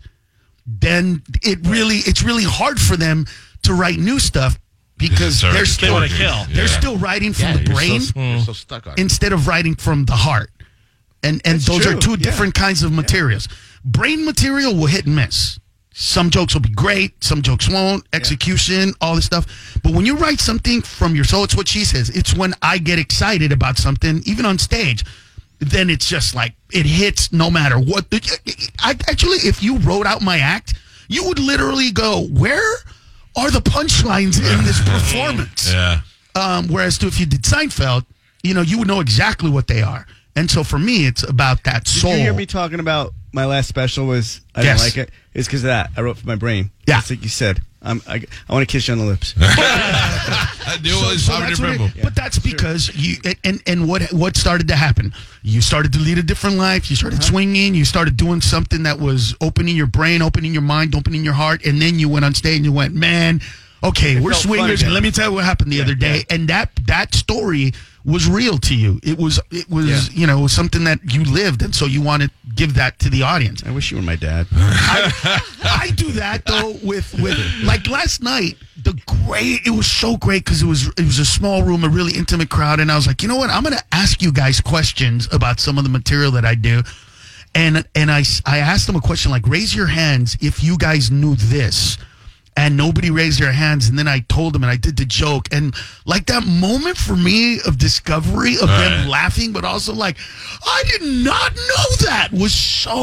Speaker 3: then it really it's really hard for them to write new stuff because
Speaker 1: Sorry,
Speaker 3: they're
Speaker 1: it's
Speaker 3: still
Speaker 5: wanna kill.
Speaker 1: Yeah.
Speaker 3: they're still writing from
Speaker 4: Yeah,
Speaker 3: the
Speaker 4: you're
Speaker 3: brain
Speaker 4: So, you're so stuck on. it.
Speaker 3: instead of writing from the heart. And and those
Speaker 2: true,
Speaker 3: are two
Speaker 2: yeah.
Speaker 3: different kinds of materials. Brain material will hit and miss. Some jokes will be great, some jokes won't, execution, all this stuff. But when you write something from your soul, it's what she says. It's when I get excited about something, even on stage. then it's just like it hits no matter what. I actually, if you wrote out my act, you would literally go, "Where are the punchlines in this performance?"
Speaker 1: Yeah.
Speaker 3: Um, whereas, to if you did Seinfeld, you know you would know exactly what they are. And so for me, it's about that
Speaker 2: Did
Speaker 3: soul.
Speaker 2: you hear me talking about my last special was I
Speaker 3: Yes.
Speaker 2: didn't like it? It's because of that. I wrote for my brain.
Speaker 3: Yeah.
Speaker 2: It's like you said. I'm, I, I want to kiss you on the lips.
Speaker 1: I do always
Speaker 3: So
Speaker 1: poverty
Speaker 3: that's what it-
Speaker 1: pimple.
Speaker 3: but that's because you and and what what started to happen. You started to lead a different life. You
Speaker 2: Uh-huh.
Speaker 3: started swinging. You started doing something that was opening your brain, opening your mind, opening your heart, and then you went on stage and you went, man. Okay, we're
Speaker 2: felt fun
Speaker 3: swingers.
Speaker 2: again.
Speaker 3: Let me tell you what happened the other day, and that that story was real to you. It was it was
Speaker 2: Yeah.
Speaker 3: you know it was something that you lived, and so you want to give that to the audience.
Speaker 2: I wish you were my dad.
Speaker 3: I, I do that though with with like last night. The great, it was so great because it was it was a small room, a really intimate crowd, and I was like, you know what? I'm going to ask you guys questions about some of the material that I do, and and I s- I asked them a question like, raise your hands if you guys knew this. And nobody raised their hands, and then I told them, and I did the joke, and like that moment for me of discovery of them
Speaker 1: Right.
Speaker 3: laughing, but also like, I did not know that was so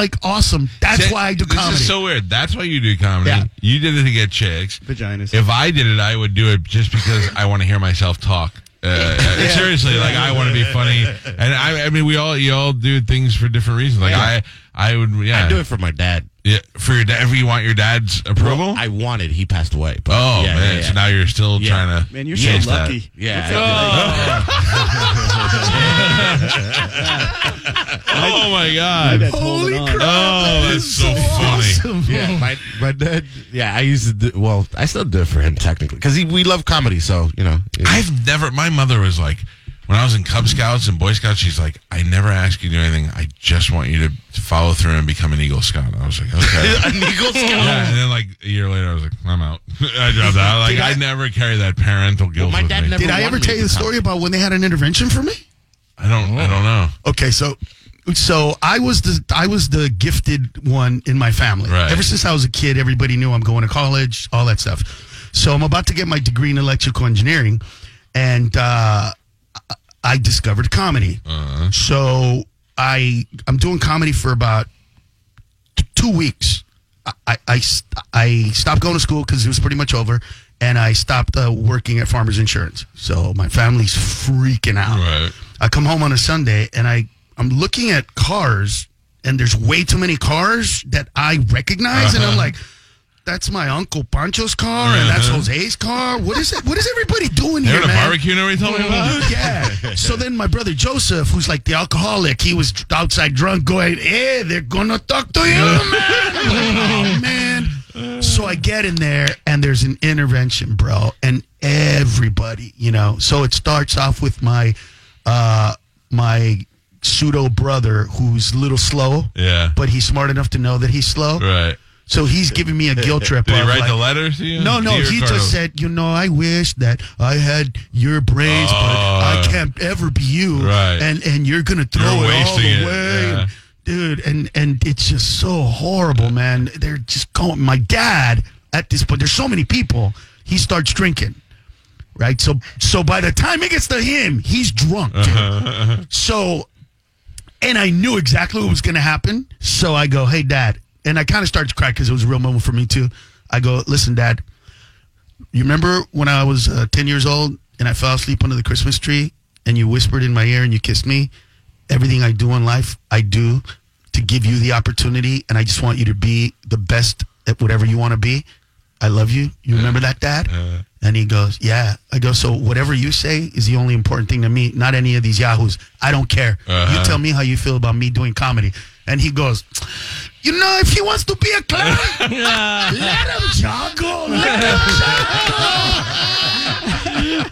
Speaker 3: like awesome. That's
Speaker 1: See,
Speaker 3: why I do
Speaker 1: this
Speaker 3: comedy.
Speaker 1: Is so weird. That's why you do comedy.
Speaker 3: Yeah.
Speaker 1: You did it to get chicks.
Speaker 2: Vaginas.
Speaker 1: If I did it, I would do it just because I want to hear myself talk. Uh, uh, Seriously, like I want to be funny, and I, I mean, we all you all do things for different reasons. Like I, I would, yeah,
Speaker 4: I do it for my dad.
Speaker 1: yeah, for your dad. if you want your dad's approval.
Speaker 4: I wanted. He passed away. But
Speaker 1: oh
Speaker 4: yeah,
Speaker 1: man,
Speaker 4: yeah, yeah.
Speaker 1: so now you're still
Speaker 4: Yeah.
Speaker 1: trying to
Speaker 2: Man, you're
Speaker 1: chase
Speaker 2: so
Speaker 1: that.
Speaker 2: lucky.
Speaker 4: Yeah.
Speaker 1: Oh my
Speaker 2: My
Speaker 1: god.
Speaker 2: dad's holding on.
Speaker 1: Oh, that's so funny.
Speaker 4: Yeah, my, my dad. Yeah, I used to. Do, well, I still do it for him technically because we love comedy. So you know, it-
Speaker 1: I've never. My mother was like, when I was in Cub Scouts and Boy Scouts, she's like, I never ask you to do anything. I just want you to follow through and become an Eagle Scout. And I was like, okay.
Speaker 4: an Eagle Scout.
Speaker 1: Yeah, and then like a year later, I was like, I'm out. I dropped out. Like I, never carry that parental guilt.
Speaker 4: my
Speaker 1: with
Speaker 4: dad
Speaker 1: me.
Speaker 4: never-
Speaker 3: Did I ever
Speaker 4: wanted
Speaker 3: tell you
Speaker 4: me
Speaker 3: the
Speaker 4: to come.
Speaker 3: story about when they had an intervention for me?
Speaker 1: I don't. I don't know.
Speaker 3: Okay, so so I was the I was the gifted one in my family.
Speaker 1: Right.
Speaker 3: Ever since I was a kid, everybody knew I'm going to college, all that stuff. So I'm about to get my degree in electrical engineering, and uh, I- I discovered comedy.
Speaker 1: Uh-huh.
Speaker 3: So I I'm doing comedy for about t- two weeks. I I, I, st- I stopped going to school because it was pretty much over, and I stopped uh, working at Farmers Insurance. So my family's freaking out.
Speaker 1: Right.
Speaker 3: I come home on a Sunday and I I'm looking at cars and there's way too many cars that I recognize and I'm like that's my uncle Pancho's car and that's
Speaker 1: Uh-huh.
Speaker 3: Jose's car. What is it? What is everybody doing
Speaker 1: They
Speaker 3: here,
Speaker 1: were at a
Speaker 3: man?
Speaker 1: barbecue. Nobody told me about.
Speaker 3: Dude,
Speaker 1: Uh-huh.
Speaker 3: yeah. So then my brother Joseph, who's like the alcoholic, he was outside drunk, going, "Hey, they're gonna talk to you, man." I'm like, "Oh, man." So I get in there, and there's an intervention, bro, and everybody, you know. So it starts off with my, uh, my pseudo brother who's a little slow,
Speaker 1: Yeah.
Speaker 3: but he's smart enough to know that he's slow.
Speaker 1: Right.
Speaker 3: So he's giving me a guilt trip.
Speaker 1: Did he
Speaker 3: of,
Speaker 1: write
Speaker 3: like,
Speaker 1: the letters to you?
Speaker 3: no, no,
Speaker 1: To you,
Speaker 3: he
Speaker 1: Ricardo?
Speaker 3: just said, you know, I wish that I had your brains,
Speaker 1: Oh.
Speaker 3: but I can't ever be you.
Speaker 1: Right.
Speaker 3: And and you're gonna throw
Speaker 1: You're
Speaker 3: it all
Speaker 1: wasting it,
Speaker 3: away.
Speaker 1: yeah.
Speaker 3: Dude, and and it's just so horrible, man. They're just going my dad at this point, there's so many people, he starts drinking. Right? So so by the time it gets to him, he's drunk. dude.
Speaker 1: Uh-huh.
Speaker 3: So and I knew exactly what was going to happen. So I go, hey, dad. And I kind of started to cry because it was a real moment for me, too. I go, listen, dad, you remember when I was uh, 10 years old and I fell asleep under the Christmas tree and you whispered in my ear and you kissed me? Everything I do in life, I do to give you the opportunity. And I just want you to be the best at whatever you want to be. I love you. You remember that, dad? and he goes, yeah. I go, so whatever you say is the only important thing to me, not any of these yahoos. I don't care. You tell me how you feel about me doing comedy. And he goes, you know, if he wants to be a clown, let him joggle. Let him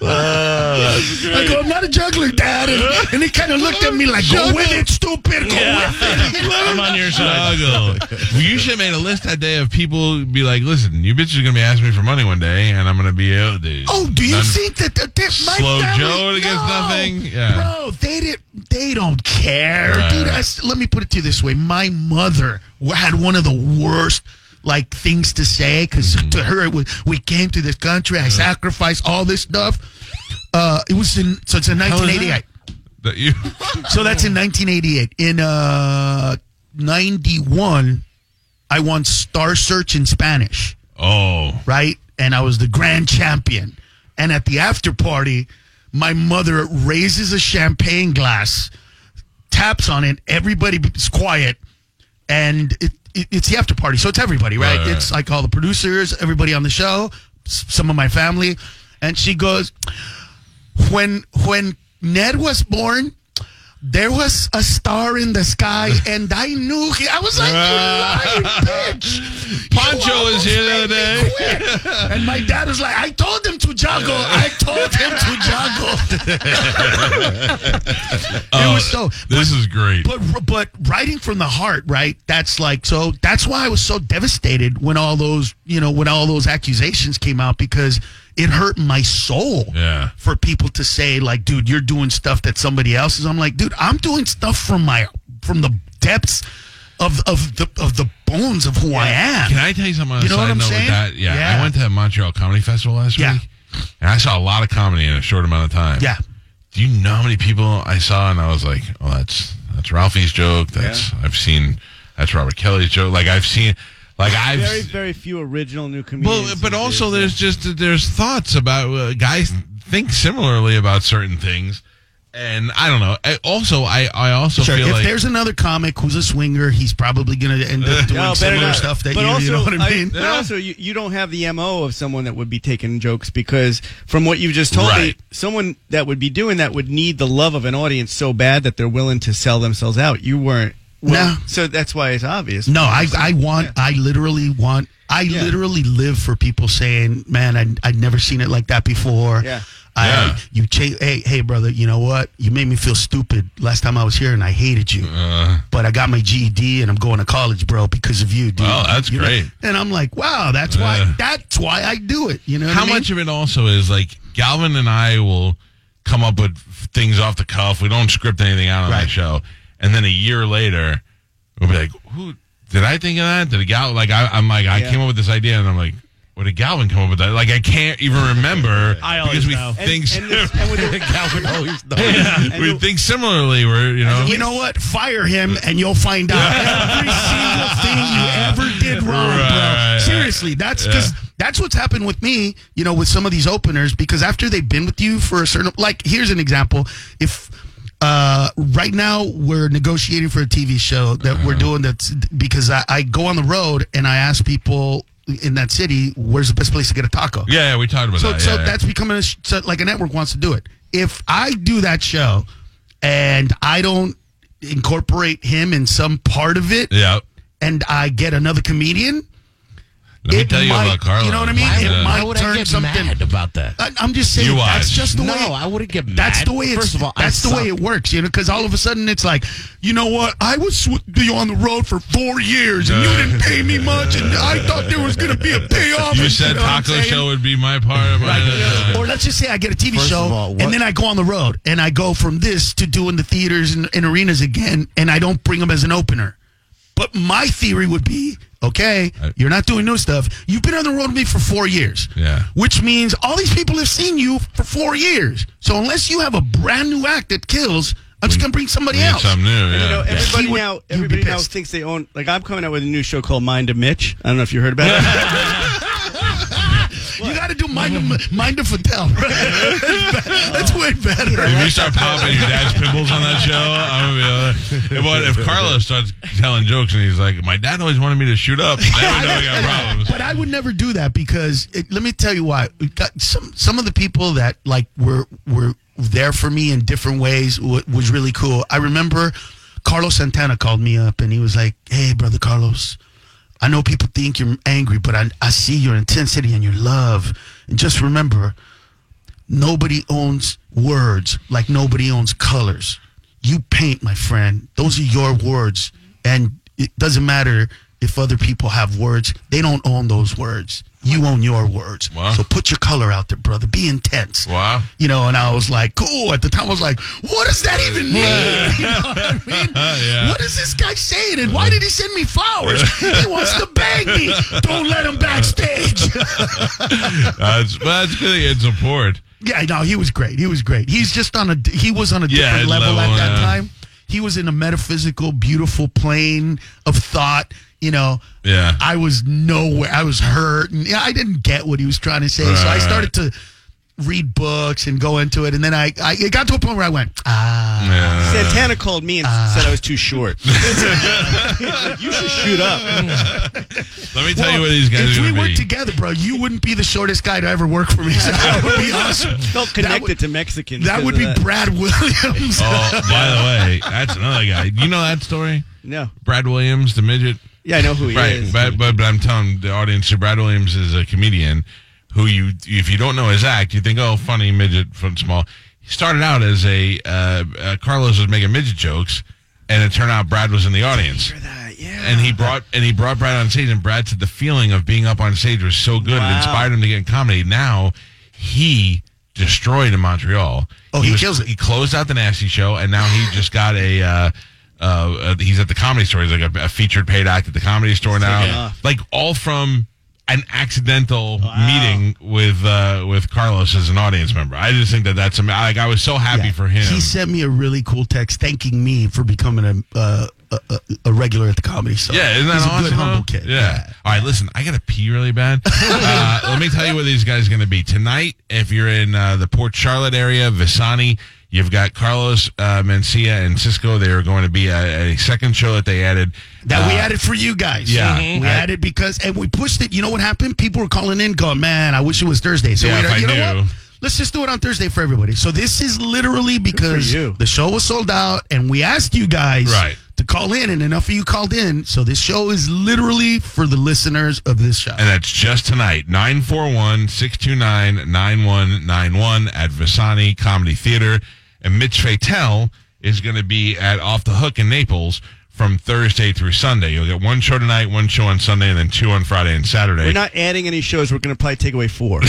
Speaker 3: joggle. I go, I'm not a juggler, Dad. And, and he kind of looked at me like, go with it, stupid. Go with it.
Speaker 5: I'm on your side.
Speaker 1: Struggle. Well, you should have made a list that day of people be like, listen, you bitches are gonna be asking me for money one day, and I'm gonna be out, dude.
Speaker 3: Oh, do you
Speaker 1: None-
Speaker 3: think that, that, that my
Speaker 1: Slow
Speaker 3: family,
Speaker 1: Joe against
Speaker 3: no.
Speaker 1: nothing? Yeah.
Speaker 3: Bro, they did. They don't care,
Speaker 1: Right.
Speaker 3: dude. I s let me put it to you this way: my mother w- had one of the worst like things to say because
Speaker 1: Mm-hmm.
Speaker 3: to her it was, we came to this country, I sacrificed all this stuff. Uh, it was in so it's in
Speaker 1: hell is
Speaker 3: 1988.
Speaker 1: That you
Speaker 3: So that's in 1988. In uh, 91, I won Star Search in Spanish,
Speaker 1: Oh.
Speaker 3: right? And I was the grand champion. And at the after party, my mother raises a champagne glass, taps on it, everybody's quiet, and it, it, it's the after party. So it's everybody, right?
Speaker 1: Right, right.
Speaker 3: It's like all the producers, everybody on the show, s- some of my family. And she goes, when when Ned was born, there was a star in the sky, and I knew he. I was like, you lying bitch.
Speaker 1: Pancho
Speaker 3: You
Speaker 1: was here the other
Speaker 3: almost made me quit." and my dad was like, I told him to juggle. I told him to juggle. it
Speaker 1: Uh,
Speaker 3: was so.
Speaker 1: This is great.
Speaker 3: But but writing from the heart, right? That's like so. That's why I was so devastated when all those you know when all those accusations came out because it hurt my soul.
Speaker 1: Yeah.
Speaker 3: For people to say like, dude, you're doing stuff that somebody else is. I'm like, dude, I'm doing stuff from my from the depths of of the of the bones of who I am.
Speaker 1: Can I tell you something on
Speaker 3: You
Speaker 1: a
Speaker 3: know what
Speaker 1: side
Speaker 3: I'm
Speaker 1: note with
Speaker 3: saying?
Speaker 1: that? Yeah,
Speaker 3: Yeah.
Speaker 1: I went to the Montreal Comedy Festival last
Speaker 3: Yeah.
Speaker 1: week, and I saw a lot of comedy in a short amount of time.
Speaker 3: Yeah.
Speaker 1: Do you know how many people I saw? And I was like, "Oh, that's that's Ralphie's joke. That's I've seen. That's Robert Kelly's joke. Like I've seen. Like I've
Speaker 2: Very, very few original new comedians.
Speaker 1: Well, but
Speaker 2: these
Speaker 1: also
Speaker 2: days, yeah.
Speaker 1: there's just there's thoughts about uh, guys think similarly about certain things, and I don't know. I, also, I I also
Speaker 3: Sure.
Speaker 1: feel
Speaker 3: If
Speaker 1: like
Speaker 3: there's another comic who's a swinger, he's probably gonna end up doing
Speaker 2: No, better
Speaker 3: similar
Speaker 2: not.
Speaker 3: stuff that
Speaker 2: But
Speaker 3: you,
Speaker 2: also,
Speaker 3: you know what I mean.
Speaker 2: but also, you, you don't have the mo of someone that would be taking jokes because from what you just told me,
Speaker 1: Right.
Speaker 2: someone that would be doing that would need the love of an audience so bad that they're willing to sell themselves out. You weren't.
Speaker 3: No.
Speaker 2: So that's why it's obvious.
Speaker 3: No, I, I want, I literally want, I
Speaker 2: Yeah.
Speaker 3: literally live for people saying, man, I, I'd never seen it like that before.
Speaker 2: Yeah.
Speaker 3: I,
Speaker 1: Yeah.
Speaker 3: You cha- hey, hey, brother, you know what? You made me feel stupid last time I was here and I hated you. but I got my GED and I'm going to college, bro, because of you, dude.
Speaker 1: Wow, that's
Speaker 3: You know?
Speaker 1: great.
Speaker 3: And I'm like, wow, that's
Speaker 1: Yeah.
Speaker 3: why, that's why I do it. You know what
Speaker 1: how
Speaker 3: I mean?
Speaker 1: much of it also is like Galvin and I will come up with things off the cuff. We don't script anything out on the
Speaker 3: Right.
Speaker 1: show, and then a year later, we'll be like, "Who did I think of that? Did a Gal like I, I'm like I
Speaker 2: Yeah.
Speaker 1: came up with this idea, and I'm like." What did Galvin come up with that? Like I can't even remember
Speaker 5: I always
Speaker 1: because we
Speaker 5: know.
Speaker 2: And-
Speaker 1: think
Speaker 2: and this- and with the-
Speaker 4: Calvin always knows.
Speaker 2: and
Speaker 1: we
Speaker 2: the-
Speaker 1: think similarly. We're you know
Speaker 3: you know what? Fire him, and you'll find out every single thing you ever did wrong,
Speaker 1: Right.
Speaker 3: bro. Seriously, that's because that's what's happened with me. You know, with some of these openers, because after they've been with you for a certain, like, here's an example. If uh, right now we're negotiating for a TV show that we're doing, that's because I, I go on the road and I ask people in that city, where's the best place to get a taco?
Speaker 1: Yeah, yeah, we talked about
Speaker 3: So,
Speaker 1: that.
Speaker 3: so
Speaker 1: Oh, yeah, yeah.
Speaker 3: that's becoming a, sh- so like a network wants to do it. If I do that show and I don't incorporate him in some part of it,
Speaker 1: yeah.
Speaker 3: and I get another comedian,
Speaker 1: Let me
Speaker 3: it
Speaker 1: tell you
Speaker 3: might-
Speaker 1: about Carlos.
Speaker 3: you know what I mean?
Speaker 1: Yeah.
Speaker 3: It
Speaker 4: Why
Speaker 3: might
Speaker 4: would
Speaker 3: turn
Speaker 4: I get
Speaker 3: something-
Speaker 4: mad about that?
Speaker 3: I, I'm just saying
Speaker 1: You
Speaker 3: that's
Speaker 1: watch.
Speaker 3: just the
Speaker 4: no,
Speaker 3: way.
Speaker 4: I wouldn't get mad.
Speaker 3: that's the way it's.
Speaker 4: First of all, I
Speaker 3: that's the way
Speaker 4: suck.
Speaker 3: it works, you know. Because all of a sudden it's like, you know what? I was with you on the road for four years, and you didn't pay me much, and I thought there was going to be a payoff.
Speaker 1: You
Speaker 3: and
Speaker 1: said
Speaker 3: know what I'm
Speaker 1: taco
Speaker 3: saying?
Speaker 1: show would be my part. Of my,
Speaker 3: Or let's just say I get a TV
Speaker 4: First
Speaker 3: show
Speaker 4: of all, what-
Speaker 3: and then I go on the road and I go from this to doing the theaters and, and arenas again and I don't bring them as an opener. But my theory would be okay,
Speaker 1: I-
Speaker 3: you're not doing new stuff. You've been on the road with me for four years.
Speaker 1: Yeah.
Speaker 3: Which means all these people have seen you for four years. So unless you have a brand new act that kills, I'm just going to bring somebody
Speaker 1: Yeah,
Speaker 3: else.
Speaker 1: something new. Yeah.
Speaker 2: You know, everybody
Speaker 3: He would-
Speaker 2: now,
Speaker 3: you'd be
Speaker 2: everybody now
Speaker 3: pissed.
Speaker 2: thinks they own. Like I'm coming out with a new show called Mind of Mitch. I don't know if you heard about it.
Speaker 3: You got to do Mind of, mind of Fidel. That's way better.
Speaker 1: if you start popping your dad's pimples on that show, I'm gonna be like, but if Carlos starts telling jokes and he's like, "My dad always wanted me to shoot up," then we know we got problems.
Speaker 3: But I would never do that because it, let me tell you why. We've got Some some of the people that like were were there for me in different ways w- was really cool. I remember Carlos Santana called me up and he was like, "Hey, brother Carlos, I know people think you're angry, but I I see your intensity and your love. And just remember, nobody owns words like nobody owns colors. You paint, my friend. Those are your words. And it doesn't matter if other people have words, they don't own those words. You own your words.
Speaker 1: Wow.
Speaker 3: So put your color out there, brother. Be intense.
Speaker 1: Wow.
Speaker 3: You know, and I was like, cool. At the time, I was like, what does that even mean? You know what I mean?
Speaker 1: Yeah.
Speaker 3: What is this guy saying? And why did he send me flowers? he wants to bang me. Don't let him backstage.
Speaker 1: That's but that's good. It's support.
Speaker 3: Yeah, no, he was great. He was great. He's just on a he was on a
Speaker 1: Yeah,
Speaker 3: different level,
Speaker 1: level,
Speaker 3: at that
Speaker 1: yeah.
Speaker 3: time. He was in a metaphysical, beautiful plane of thought. You know,
Speaker 1: Yeah.
Speaker 3: I was nowhere. I was hurt, and yeah, I didn't get what he was trying to say. So I
Speaker 1: Right.
Speaker 3: started to read books and go into it, and then I, I it got to a point where I went, ah,
Speaker 1: Yeah.
Speaker 2: Santana called me and said I was too short. you should shoot up.
Speaker 1: Let me tell you
Speaker 3: well,
Speaker 1: what these guys
Speaker 3: If
Speaker 1: are
Speaker 3: we
Speaker 1: going to
Speaker 3: worked
Speaker 1: be.
Speaker 3: together, bro, you wouldn't be the shortest guy to ever work for me. So that would be awesome.
Speaker 2: Felt
Speaker 3: That
Speaker 2: connected
Speaker 3: would,
Speaker 2: to Mexicans.
Speaker 3: that
Speaker 2: because
Speaker 3: would
Speaker 2: of
Speaker 3: be Brad Williams.
Speaker 1: oh, by the way, that's another guy. You know that story?
Speaker 2: No.
Speaker 1: Brad Williams, the midget.
Speaker 2: Yeah, I know who he
Speaker 1: Right,
Speaker 2: is.
Speaker 1: but, but but I'm telling the audience, Sir Brad Williams is a comedian who you if you don't know his act, you think oh funny midget from small. He started out as a uh, uh, Carlos was making midget jokes, and it turned out Brad was in the audience.
Speaker 2: That, yeah.
Speaker 1: And he brought and he brought Brad on stage, and Brad said the feeling of being up on stage was so good, it
Speaker 2: Wow.
Speaker 1: inspired him to get in comedy. Now he destroyed in Montreal.
Speaker 3: Oh, he kills it.
Speaker 1: He closed out the nasty show, and now he just got a. Uh, uh, uh, he's at the comedy store. He's like a, a featured paid act at the comedy store
Speaker 2: taking
Speaker 1: now.
Speaker 2: off.
Speaker 1: Like all from an accidental meeting with uh, with Carlos as an audience member. I just think that that's ama- like I was so happy
Speaker 3: Yeah.
Speaker 1: for him.
Speaker 3: He sent me a really cool text thanking me for becoming a uh, a, a, a regular at the comedy store.
Speaker 1: Yeah, isn't that
Speaker 3: He's
Speaker 1: awesome?
Speaker 3: a good humble
Speaker 1: though?
Speaker 3: kid.
Speaker 1: Yeah. All right, listen, I gotta pee really bad. uh, let me tell you where these guys are gonna be tonight. If you're in uh, the Port Charlotte area, Visani, you've got Carlos uh, Mencia and Cisco. They are going to be a, a second show that they added.
Speaker 3: That we
Speaker 1: Uh,
Speaker 3: added for you guys.
Speaker 1: yeah. Mm-hmm.
Speaker 3: We
Speaker 1: I-
Speaker 3: added because, and we pushed it. You know what happened? People were calling in, going, man, I wish it was Thursday. So
Speaker 1: Yeah,
Speaker 3: we
Speaker 1: if I
Speaker 3: you know
Speaker 1: knew.
Speaker 3: what? Let's just do it on Thursday for everybody. So this is literally because
Speaker 2: you.
Speaker 3: the show was sold out and we asked you guys
Speaker 1: Right.
Speaker 3: to call in, and enough of you called in. So this show is literally for the listeners of this show.
Speaker 1: And that's just tonight, 941 629 9191 at Visani Comedy Theater. And Mitch Fatel is going to be at Off the Hook in Naples from Thursday through Sunday. You'll get one show tonight, one show on Sunday, and then two on Friday and Saturday.
Speaker 2: We're not adding any shows. We're going to probably take away four.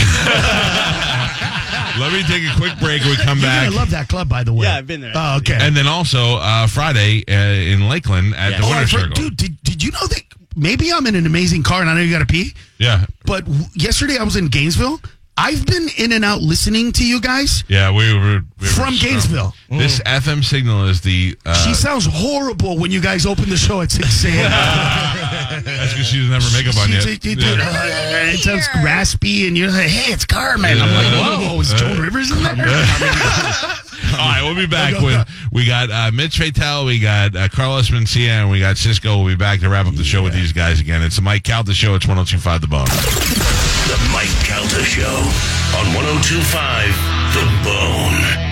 Speaker 1: Let me take a quick break. We come
Speaker 3: You're
Speaker 1: back.
Speaker 3: gonna love that club, by the way.
Speaker 2: Yeah, I've been there.
Speaker 3: Oh, okay.
Speaker 1: and then also uh, Friday uh, in Lakeland at the
Speaker 3: Oh,
Speaker 1: Winter
Speaker 3: I've heard-
Speaker 1: Circle.
Speaker 3: dude, did, did you know that maybe I'm in an amazing car and I know you got to pee?
Speaker 1: Yeah.
Speaker 3: But w- yesterday I was in Gainesville. I've been in and out listening to you guys.
Speaker 1: Yeah, we were, we were
Speaker 3: From Gainesville.
Speaker 1: This FM signal is the. Uh,
Speaker 3: She sounds horrible when you guys open the show at 6 a.m.
Speaker 1: that's because she doesn't have her makeup on
Speaker 3: She-
Speaker 1: yet.
Speaker 3: she- she- uh, it sounds raspy, and you're like, hey, it's Carmen. I'm like, whoa, is
Speaker 1: Uh,
Speaker 3: Joan Rivers in there?
Speaker 1: All right, we'll be back with we got uh, Mitch Fatel, we got uh, Carlos Mencia, and we got Cisco. We'll be back to wrap up the show with these guys again. It's the Mike Calta Show. It's 1025 The Bone.
Speaker 7: The Mike Calta Show on 1025 The Bone.